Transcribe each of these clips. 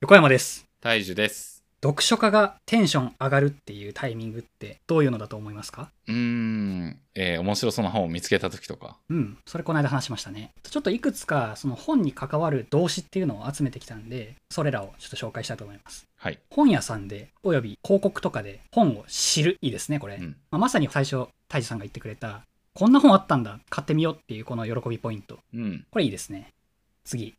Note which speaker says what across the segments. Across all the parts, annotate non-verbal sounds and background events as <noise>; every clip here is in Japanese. Speaker 1: 横山です。
Speaker 2: 大樹です。
Speaker 1: 読書家がテンション上がるっていうタイミングってどういうのだと思いますか
Speaker 2: うーん、えー面白そうな本を見つけた時とか。
Speaker 1: うん、それこの間話しましたね。ちょっといくつかその本に関わる動詞っていうのを集めてきたんで、それらをちょっと紹介したいと思います。
Speaker 2: はい。
Speaker 1: 本屋さんで、および広告とかで本を知る。いいですね、これ。
Speaker 2: うん。
Speaker 1: まあ、まさに最初、タイジさんが言ってくれた、こんな本あったんだ、買ってみようっていうこの喜びポイント。
Speaker 2: うん。
Speaker 1: これいいですね。次。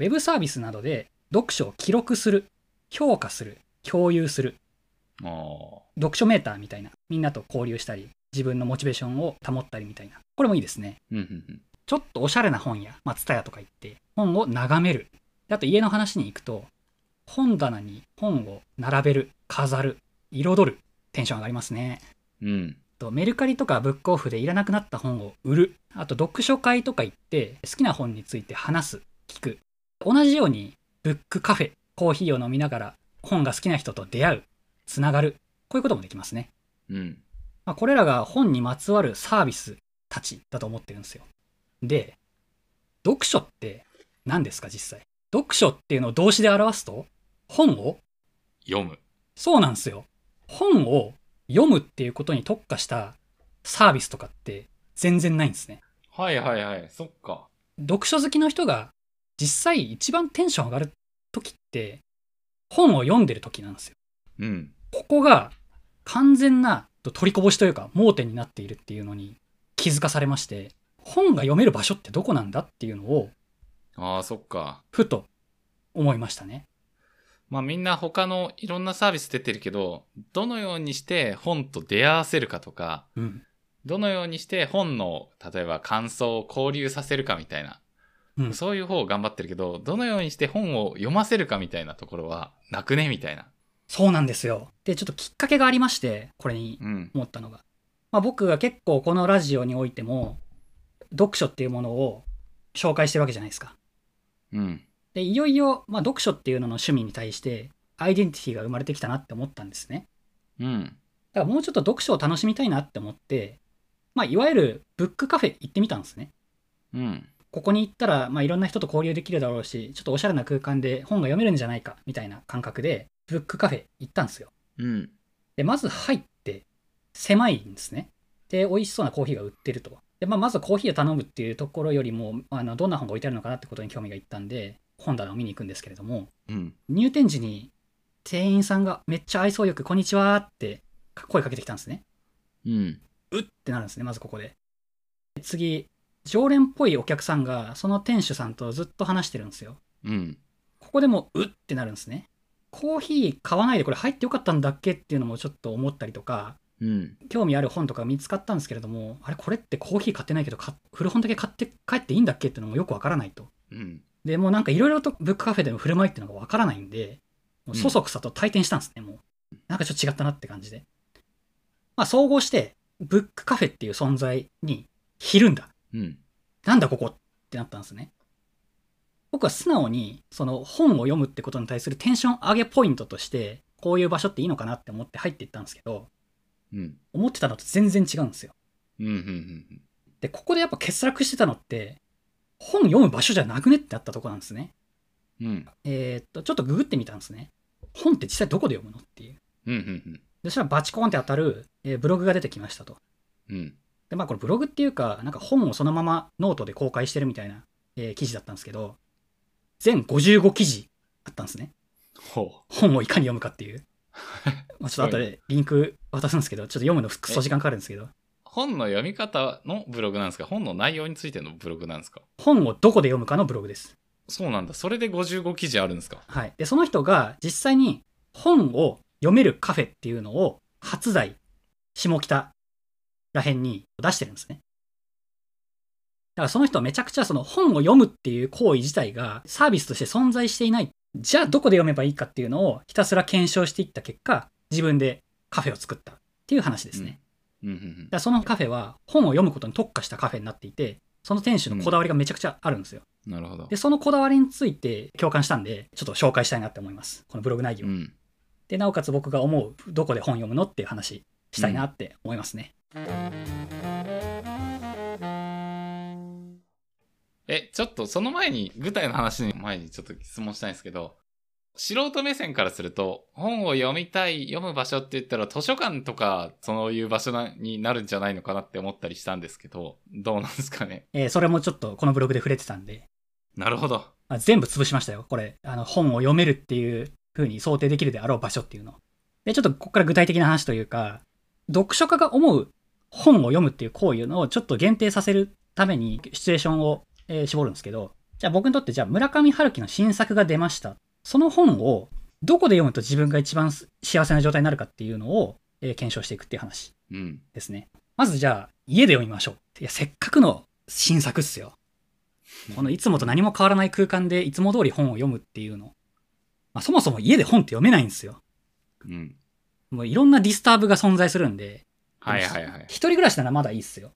Speaker 1: ウェブサービスなどで読書を記録する、評価する、共有する、
Speaker 2: あー
Speaker 1: 読書メーターみたいな、みんなと交流したり、自分のモチベーションを保ったりみたいな。これもいいですね。
Speaker 2: うんうん
Speaker 1: ちょっとおしゃれな本屋、まあ、ツタヤとか行って、本を眺める。であと家の話に行くと、本棚に本を並べる、飾る、彩る。テンション上がりますね。
Speaker 2: うん。うん。
Speaker 1: とメルカリとかブックオフでいらなくなった本を売るあと読書会とか行って好きな本について話す聞く同じようにブックカフェコーヒーを飲みながら本が好きな人と出会うつながるこういうこともできますね、
Speaker 2: うん。
Speaker 1: まあ、これらが本にまつわるサービスたちだと思ってるんですよで読書って何ですか実際読書っていうのを動詞で表すと本を
Speaker 2: 読む。
Speaker 1: そうなんですよ。本を読むっていうことに特化したサービスとかって全然ないんですね。
Speaker 2: はいはいはい。そっか。
Speaker 1: 読書好きの人が実際一番テンション上がる時って本を読んでる時なんですよ。
Speaker 2: うん。
Speaker 1: ここが完全な取りこぼしというか盲点になっているっていうのに気づかされまして、本が読める場所ってどこなんだっていうのを
Speaker 2: ああ、そっか。
Speaker 1: ふと思いましたね。
Speaker 2: まあみんな他のいろんなサービス出てるけど、どのようにして本と出会わせるかとか、
Speaker 1: うん。
Speaker 2: どのようにして本の、例えば感想を交流させるかみたいな、
Speaker 1: うん
Speaker 2: そういう方を頑張ってるけど、どのようにして本を読ませるかみたいなところはなくねみたいな。
Speaker 1: そうなんですよ。で、ちょっときっかけがありまして、これに
Speaker 2: うん。
Speaker 1: 思ったのが、まあ、僕が結構このラジオにおいても読書っていうものを紹介してるわけじゃないですか。
Speaker 2: うん。
Speaker 1: でいよいよ、まあ、読書っていうのの趣味に対してアイデンティティが生まれてきたなって思ったんですね。
Speaker 2: うん。
Speaker 1: だからもうちょっと読書を楽しみたいなって思って、まあ、いわゆるブックカフェ行ってみたんですね。
Speaker 2: うん。
Speaker 1: ここに行ったら、まあ、いろんな人と交流できるだろうしちょっとおしゃれな空間で本が読めるんじゃないかみたいな感覚でブックカフェ行ったんですよ。
Speaker 2: うん。
Speaker 1: で、まず入って、狭いんですね。で、美味しそうなコーヒーが売ってると。で、まあ、まずコーヒーを頼むっていうところよりも、あの、どんな本が置いてあるのかなってことに興味がいったんで、本棚を見に行くんですけれども、
Speaker 2: うん。
Speaker 1: 入店時に店員さんがめっちゃ愛想よく、こんにちはって声かけてきたんですね。
Speaker 2: うん。
Speaker 1: うってなるんですね、まずここで。で次、常連っぽいお客さんが、その店主さんとずっと話してるんですよ。
Speaker 2: うん。
Speaker 1: ここでもううってなるんですね。コーヒー買わないでこれ入ってよかったんだっけっていうのもちょっと思ったりとか、
Speaker 2: うん。
Speaker 1: 興味ある本とか見つかったんですけれども、あれ、これってコーヒー買ってないけど、か古本だけ買って帰っていいんだっけっていうのもよくわからないと。
Speaker 2: うん。
Speaker 1: で、もうなんかいろいろとブックカフェでの振る舞いっていうのがわからないんで、もうそそくさと退店したんですね、もう。なんかちょっと違ったなって感じで。まあ、総合して、ブックカフェっていう存在にひるんだ。
Speaker 2: うん。
Speaker 1: なんだここってなったんですね。僕は素直に、その本を読むってことに対するテンション上げポイントとして、こういう場所っていいのかなって思って入っていったんですけど、
Speaker 2: うん。
Speaker 1: 思ってたのと全然違うんですよ。
Speaker 2: うん。うん。
Speaker 1: で、ここでやっぱ欠落してたのって、本読む場所じゃなくねってあったとこなんですね。
Speaker 2: うん。
Speaker 1: えーっと、ちょっとググってみたんですね。本って実際どこで読むのっていう。
Speaker 2: うん。うん。
Speaker 1: でそしたらバチコーンって当たる、えーブログが出てきましたと。
Speaker 2: うん。
Speaker 1: で、まあこれブログっていうか、なんか本をそのままノートで公開してるみたいな、えー記事だったんですけど、全55記事あったんですね。
Speaker 2: ほ
Speaker 1: 本をいかに読むかっていう。まあちょっと後でリンク渡すんですけど、ちょっと読むのクソ時間かかるんですけど、
Speaker 2: 本の読み方のブログなんですか本の内容についてのブログなんですか
Speaker 1: 本をどこで読むかのブログです。
Speaker 2: そうなんだ。それで55記事あるんですか
Speaker 1: はい。で、その人が実際に本を読めるカフェっていうのを初代、下北ら辺に出してるんですね。だからその人はめちゃくちゃその本を読むっていう行為自体がサービスとして存在していない。じゃあどこで読めばいいかっていうのをひたすら検証していった結果、自分でカフェを作ったっていう話ですね。
Speaker 2: うん。うん。
Speaker 1: だからそのカフェは本を読むことに特化したカフェになっていて、その店主のこだわりがめちゃくちゃあるんですよ。
Speaker 2: うん。なるほど
Speaker 1: で、。そのこだわりについて共感したんで、ちょっと紹介したいなって思います。このブログ内容。
Speaker 2: うん。
Speaker 1: で、なおかつ僕が思う、どこで本読むのっていう話したいなって思いますね。
Speaker 2: え、ちょっとその前に、具体の話の前にちょっと質問したいんですけど、素人目線からすると、本を読みたい、読む場所って言ったら図書館とか、そういう場所なになるんじゃないのかなって思ったりしたんですけど、どうなんですかね。
Speaker 1: えーそれもちょっとこのブログで触れてたんで、
Speaker 2: なるほど。
Speaker 1: あ全部潰しましたよ、これ。あの、本を読めるっていう風に想定できるであろう場所っていうのを。で、ちょっとここから具体的な話というか、読書家が思う本を読むっていう行為のをちょっと限定させるためにシチュエーションを、えー絞るんですけど、じゃあ僕にとってじゃあ村上春樹の新作が出ました。その本をどこで読むと自分が一番す幸せな状態になるかっていうのを、えー検証していくっていう話
Speaker 2: うん。
Speaker 1: ですね。まずじゃあ家で読みましょう。いや、せっかくの新作っすよ。このいつもと何も変わらない空間でいつも通り本を読むっていうの。まあ、そもそも家で本って読めないんですよ。
Speaker 2: うん。
Speaker 1: もういろんなディスターブが存在するんで、
Speaker 2: はいはいはい
Speaker 1: 一。人暮らしならまだいいっすよ。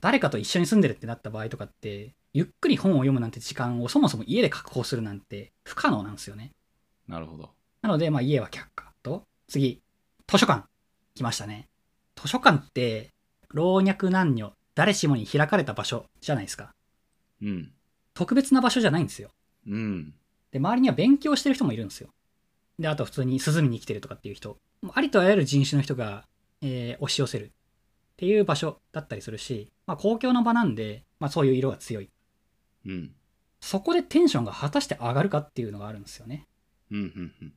Speaker 1: 誰かと一緒に住んでるってなった場合とかって、ゆっくり本を読むなんて時間をそもそも家で確保するなんて不可能なんですよね。
Speaker 2: <laughs> なるほど。
Speaker 1: なので、まあ家は却下と、次、図書館。来ましたね。図書館って、老若男女、誰しもに開かれた場所じゃないですか。
Speaker 2: うん。
Speaker 1: 特別な場所じゃないんですよ。
Speaker 2: うん。
Speaker 1: で、周りには勉強してる人もいるんですよ。で、あと普通に涼みに来てるとかっていう人。もうありとあらゆる人種の人が、えー押し寄せるっていう場所だったりするし、まあ公共の場なんで、まあそういう色が強い。
Speaker 2: うん。
Speaker 1: そこでテンションが果たして上がるかっていうのがあるんですよね。
Speaker 2: うん。うん。うん。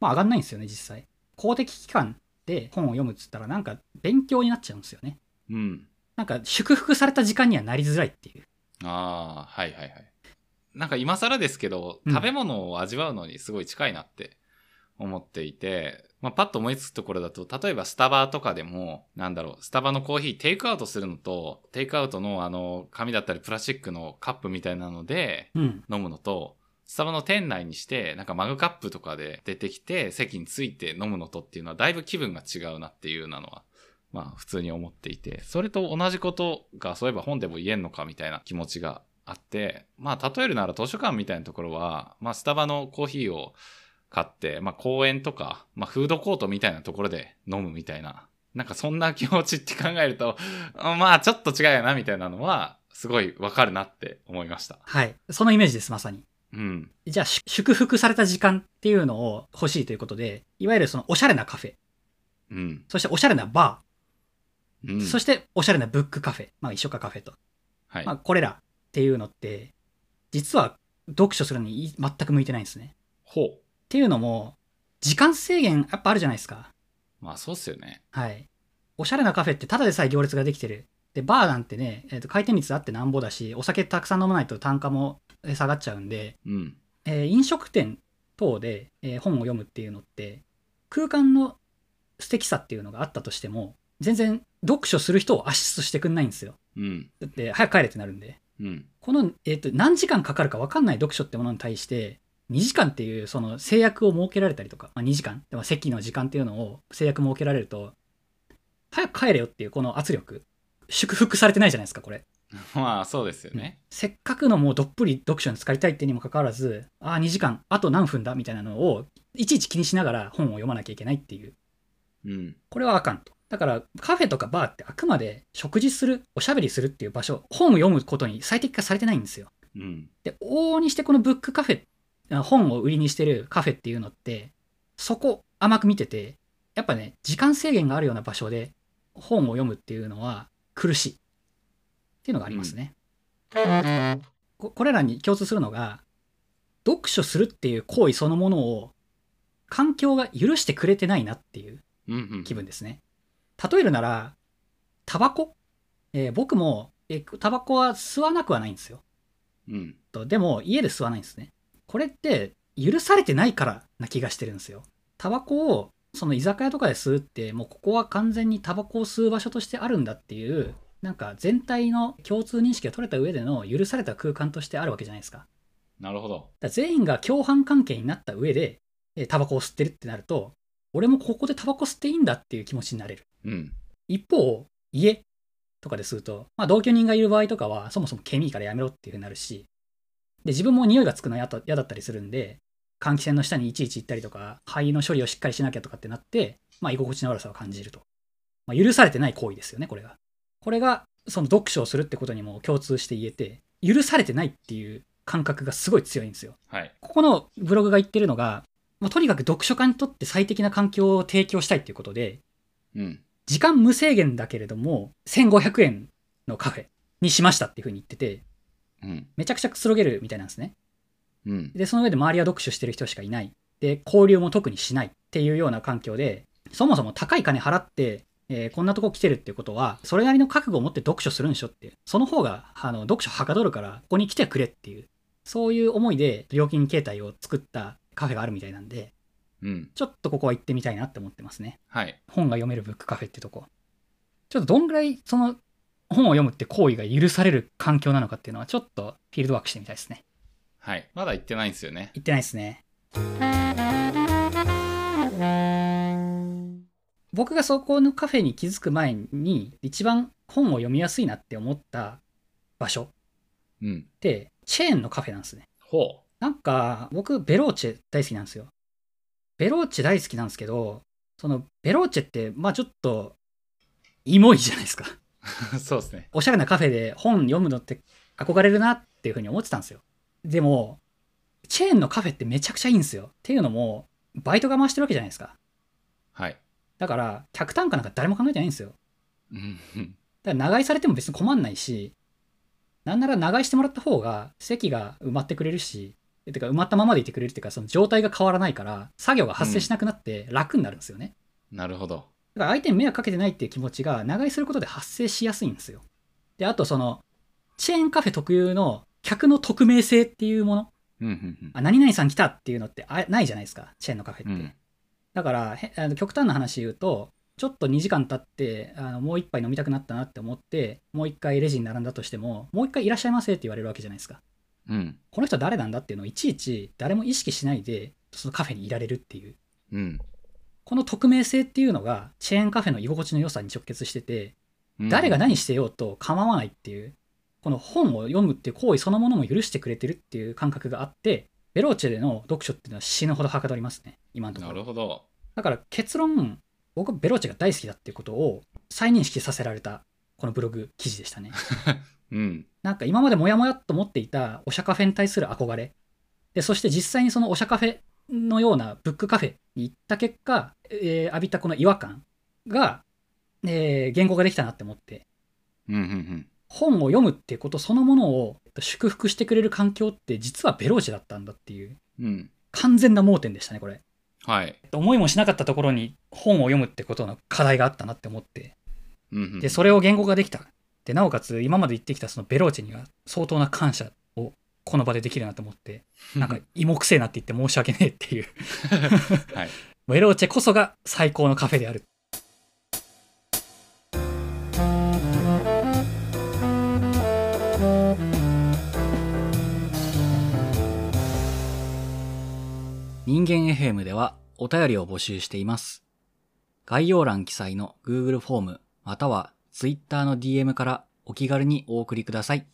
Speaker 1: まあ上がんないんですよね、実際。公的機関で本を読むっつったらなんか勉強になっちゃうんですよね。
Speaker 2: うん。
Speaker 1: なんか祝福された時間にはなりづらいっていう。
Speaker 2: ああ、はいはいはい。なんか今更ですけど、
Speaker 1: うん
Speaker 2: 食べ物を味わうのにすごい近いなって思っていて、まあ、パッと思いつくところだと、例えばスタバとかでも、なんだろう、スタバのコーヒーテイクアウトするのと、テイクアウトのあの、紙だったりプラスチックのカップみたいなので
Speaker 1: うん。
Speaker 2: 飲むのと、スタバの店内にして、なんかマグカップとかで出てきて、席について飲むのとっていうのは、だいぶ気分が違うなっていうなのは、まあ普通に思っていて、それと同じことが、そういえば本でも言えんのかみたいな気持ちがあって、まあ例えるなら図書館みたいなところは、まあスタバのコーヒーを買って、まあ公園とか、まあフードコートみたいなところで飲むみたいな、なんかそんな気持ちって考えると、あまあちょっと違うよなみたいなのは、すごいわかるなって思いました。
Speaker 1: はい。そのイメージです、まさに。
Speaker 2: うん。
Speaker 1: じゃあ、し祝福された時間っていうのを欲しいということで、いわゆるそのおしゃれなカフェ、
Speaker 2: うん。
Speaker 1: そしておしゃれなバ
Speaker 2: うん
Speaker 1: ー、そしておしゃれなブックカフェ、まあ一緒かカフェと。
Speaker 2: はい
Speaker 1: まあこれらっていうのって、実は読書するのにい全く向いてないんですね。
Speaker 2: ほ
Speaker 1: っていうのも、時間制限やっぱあるじゃないですか。
Speaker 2: う。まあそうっすよね。
Speaker 1: はい。おしゃれなカフェってただでさえ行列ができてる。で、バーなんてね、えーと回転率あってなんぼだし、お酒たくさん飲まないと単価もえー下がっちゃうんで、
Speaker 2: うん。
Speaker 1: えー飲食店等で、えー本を読むっていうのって空間の素敵さっていうのがあったとしても全然読書する人をアシストしてくんないんですよ
Speaker 2: うん。
Speaker 1: だって早く帰れってなるんで
Speaker 2: うん。
Speaker 1: この、えー、と何時間かかるか分かんない読書ってものに対して2時間っていうその制約を設けられたりとか、まあ、2時間でも席の時間っていうのを制約設けられると早く帰れよっていうこの圧力祝福されてないじゃないですかこれ
Speaker 2: <laughs> まあそうですよね。
Speaker 1: せっかくのもうどっぷり読書に使いたいってにもかかわらずああ2時間あと何分だみたいなのをいちいち気にしながら本を読まなきゃいけないっていう
Speaker 2: うん。
Speaker 1: これはあかんとだからカフェとかバーってあくまで食事するおしゃべりするっていう場所本を読むことに最適化されてないんですよ
Speaker 2: うん。
Speaker 1: で往々にしてこのブックカフェあ本を売りにしてるカフェっていうのってそこ甘く見ててやっぱね時間制限があるような場所で本を読むっていうのは苦しいっていうのがありますね、ここれらに共通するのが読書するっていう行為そのものを環境が許してくれてないなっていう
Speaker 2: うん。うん。
Speaker 1: 気分ですね。例えるならタバコ、えー僕も、えータバコは吸わなくはないんですよ。
Speaker 2: うん。
Speaker 1: とでも家で吸わないんですねこれって許されてないからな気がしてるんですよタバコをその居酒屋とかで吸うってもうここは完全にタバコを吸う場所としてあるんだっていうなんか全体の共通認識が取れた上での許された空間としてあるわけじゃないですかだか
Speaker 2: なるほど。
Speaker 1: ら全員が共犯関係になった上でえータバコを吸ってるってなると俺もここでタバコ吸っていいんだっていう気持ちになれる
Speaker 2: うん。
Speaker 1: 一方家とかで吸うと、まあ、同居人がいる場合とかはそもそもケミーからやめろっていうふうになるしで自分も匂いがつくの嫌だ嫌だったりするんで換気扇の下にいちいち行ったりとか肺の処理をしっかりしなきゃとかってなって、まあ、居心地の悪さを感じると、まあ、許されてない行為ですよねこれがこれがその読書をするってことにも共通して言えて許されてないっていう感覚がすごい強いんですよ。
Speaker 2: はい。
Speaker 1: ここのブログが言ってるのが、もうとにかく読書家にとって最適な環境を提供したいということで、
Speaker 2: うん。
Speaker 1: 時間無制限だけれども、1500円のカフェにしましたっていうふうに言ってて、
Speaker 2: うん。
Speaker 1: めちゃくちゃくつろげるみたいなんですね。
Speaker 2: うん。
Speaker 1: で、その上で周りは読書してる人しかいない。で、交流も特にしないっていうような環境で、そもそも高い金払って、えーこんなとこ来てるってことは、それなりの覚悟を持って読書するんでしょって、その方が、あの、読書はかどるから、ここに来てくれっていう、そういう思いで料金形態を作ったカフェがあるみたいなんで、
Speaker 2: うん。
Speaker 1: ちょっとここは行ってみたいなって思ってますね。
Speaker 2: はい。
Speaker 1: 本が読めるブックカフェってとこ。ちょっとどんぐらい、その、本を読むって行為が許される環境なのかっていうのは、ちょっとフィールドワークしてみたいですね。
Speaker 2: はい。まだ行ってないんですよね。
Speaker 1: 行ってないですね。僕がそこのカフェに気づく前に一番本を読みやすいなって思った場所っ
Speaker 2: うん。
Speaker 1: てチェーンのカフェなんですね。
Speaker 2: ほ
Speaker 1: なんか僕ベローチェ大好きなんですよ。ベローチェ大好きなんですけど、そのベローチェってまあちょっとイモいじゃないですか。
Speaker 2: う。 <laughs> そうですね。
Speaker 1: おしゃれなカフェで本読むのって憧れるなっていうふうに思ってたんですよ。でも、チェーンのカフェってめちゃくちゃいいんですよ。っていうのも、バイトが回してるわけじゃないですか。
Speaker 2: はい。
Speaker 1: だから、客単価なんか誰も考えてないんですよ。
Speaker 2: うん。
Speaker 1: だから、長居されても別に困んないし、なんなら長居してもらった方が、席が埋まってくれるし、てか埋まったままでいてくれるっていうか、その状態が変わらないから、作業が発生しなくなって楽になるんですよね。
Speaker 2: なるほど。
Speaker 1: だから相手に迷惑かけてないっていう気持ちが長居することで発生しやすいんですよ。で、あとその、チェーンカフェ特有の客の匿名性っていうもの。
Speaker 2: うん。うん
Speaker 1: あ、何々さん来たっていうのってあないじゃないですか、チェーンのカフェっ
Speaker 2: う
Speaker 1: て。
Speaker 2: ん。
Speaker 1: だから、へあの極端な話言うと、ちょっと2時間経って、あのもう一杯飲みたくなったなって思って、もう一回レジに並んだとしても、もう一回いらっしゃいませって言われるわけじゃないですか。
Speaker 2: うん。うん。
Speaker 1: この人誰なんだっていうのをいちいち誰も意識しないで、そのカフェにいられるっていう。
Speaker 2: うん。
Speaker 1: この匿名性っていうのが、チェーンカフェの居心地の良さに直結してて、
Speaker 2: うん
Speaker 1: 誰が何してようと構わないっていう、この本を読むっていう行為そのものも許してくれてるっていう感覚があって、ベローチェでの読書っていうのは死ぬほどはかどりますね、今のと
Speaker 2: な
Speaker 1: こ
Speaker 2: る
Speaker 1: ろ。
Speaker 2: ほど。
Speaker 1: だから結論、僕はベローチェが大好きだっていうことを再認識させられた、このブログ記事で
Speaker 2: <laughs>
Speaker 1: したね。
Speaker 2: うん。
Speaker 1: なんか今までモヤモヤっと思っていたおしゃカフェに対する憧れ。で、そして実際にそのおしゃカフェのようなブックカフェに行った結果、えー浴びたこの違和感が、えー言語ができたなって思って、
Speaker 2: うん。うん。うん。
Speaker 1: 本を読むってことそのものを祝福してくれる環境って実はベローチェだったんだっていう
Speaker 2: うん。
Speaker 1: 完全な盲点でしたねこれ
Speaker 2: はい。
Speaker 1: 思いもしなかったところに本を読むってことの課題があったなって思って
Speaker 2: うんうん。
Speaker 1: でそれを言語化できたでなおかつ今まで言ってきたそのベローチェには相当な感謝をこの場でできるなと思って <laughs> なんか芋くせえなって言って申し訳ねえっていう <laughs>
Speaker 2: はい。
Speaker 1: ベローチェこそが最高のカフェである人間 FM ではお便りを募集しています。概要欄記載の Google フォームまたは Twitter の DM からお気軽にお送りください。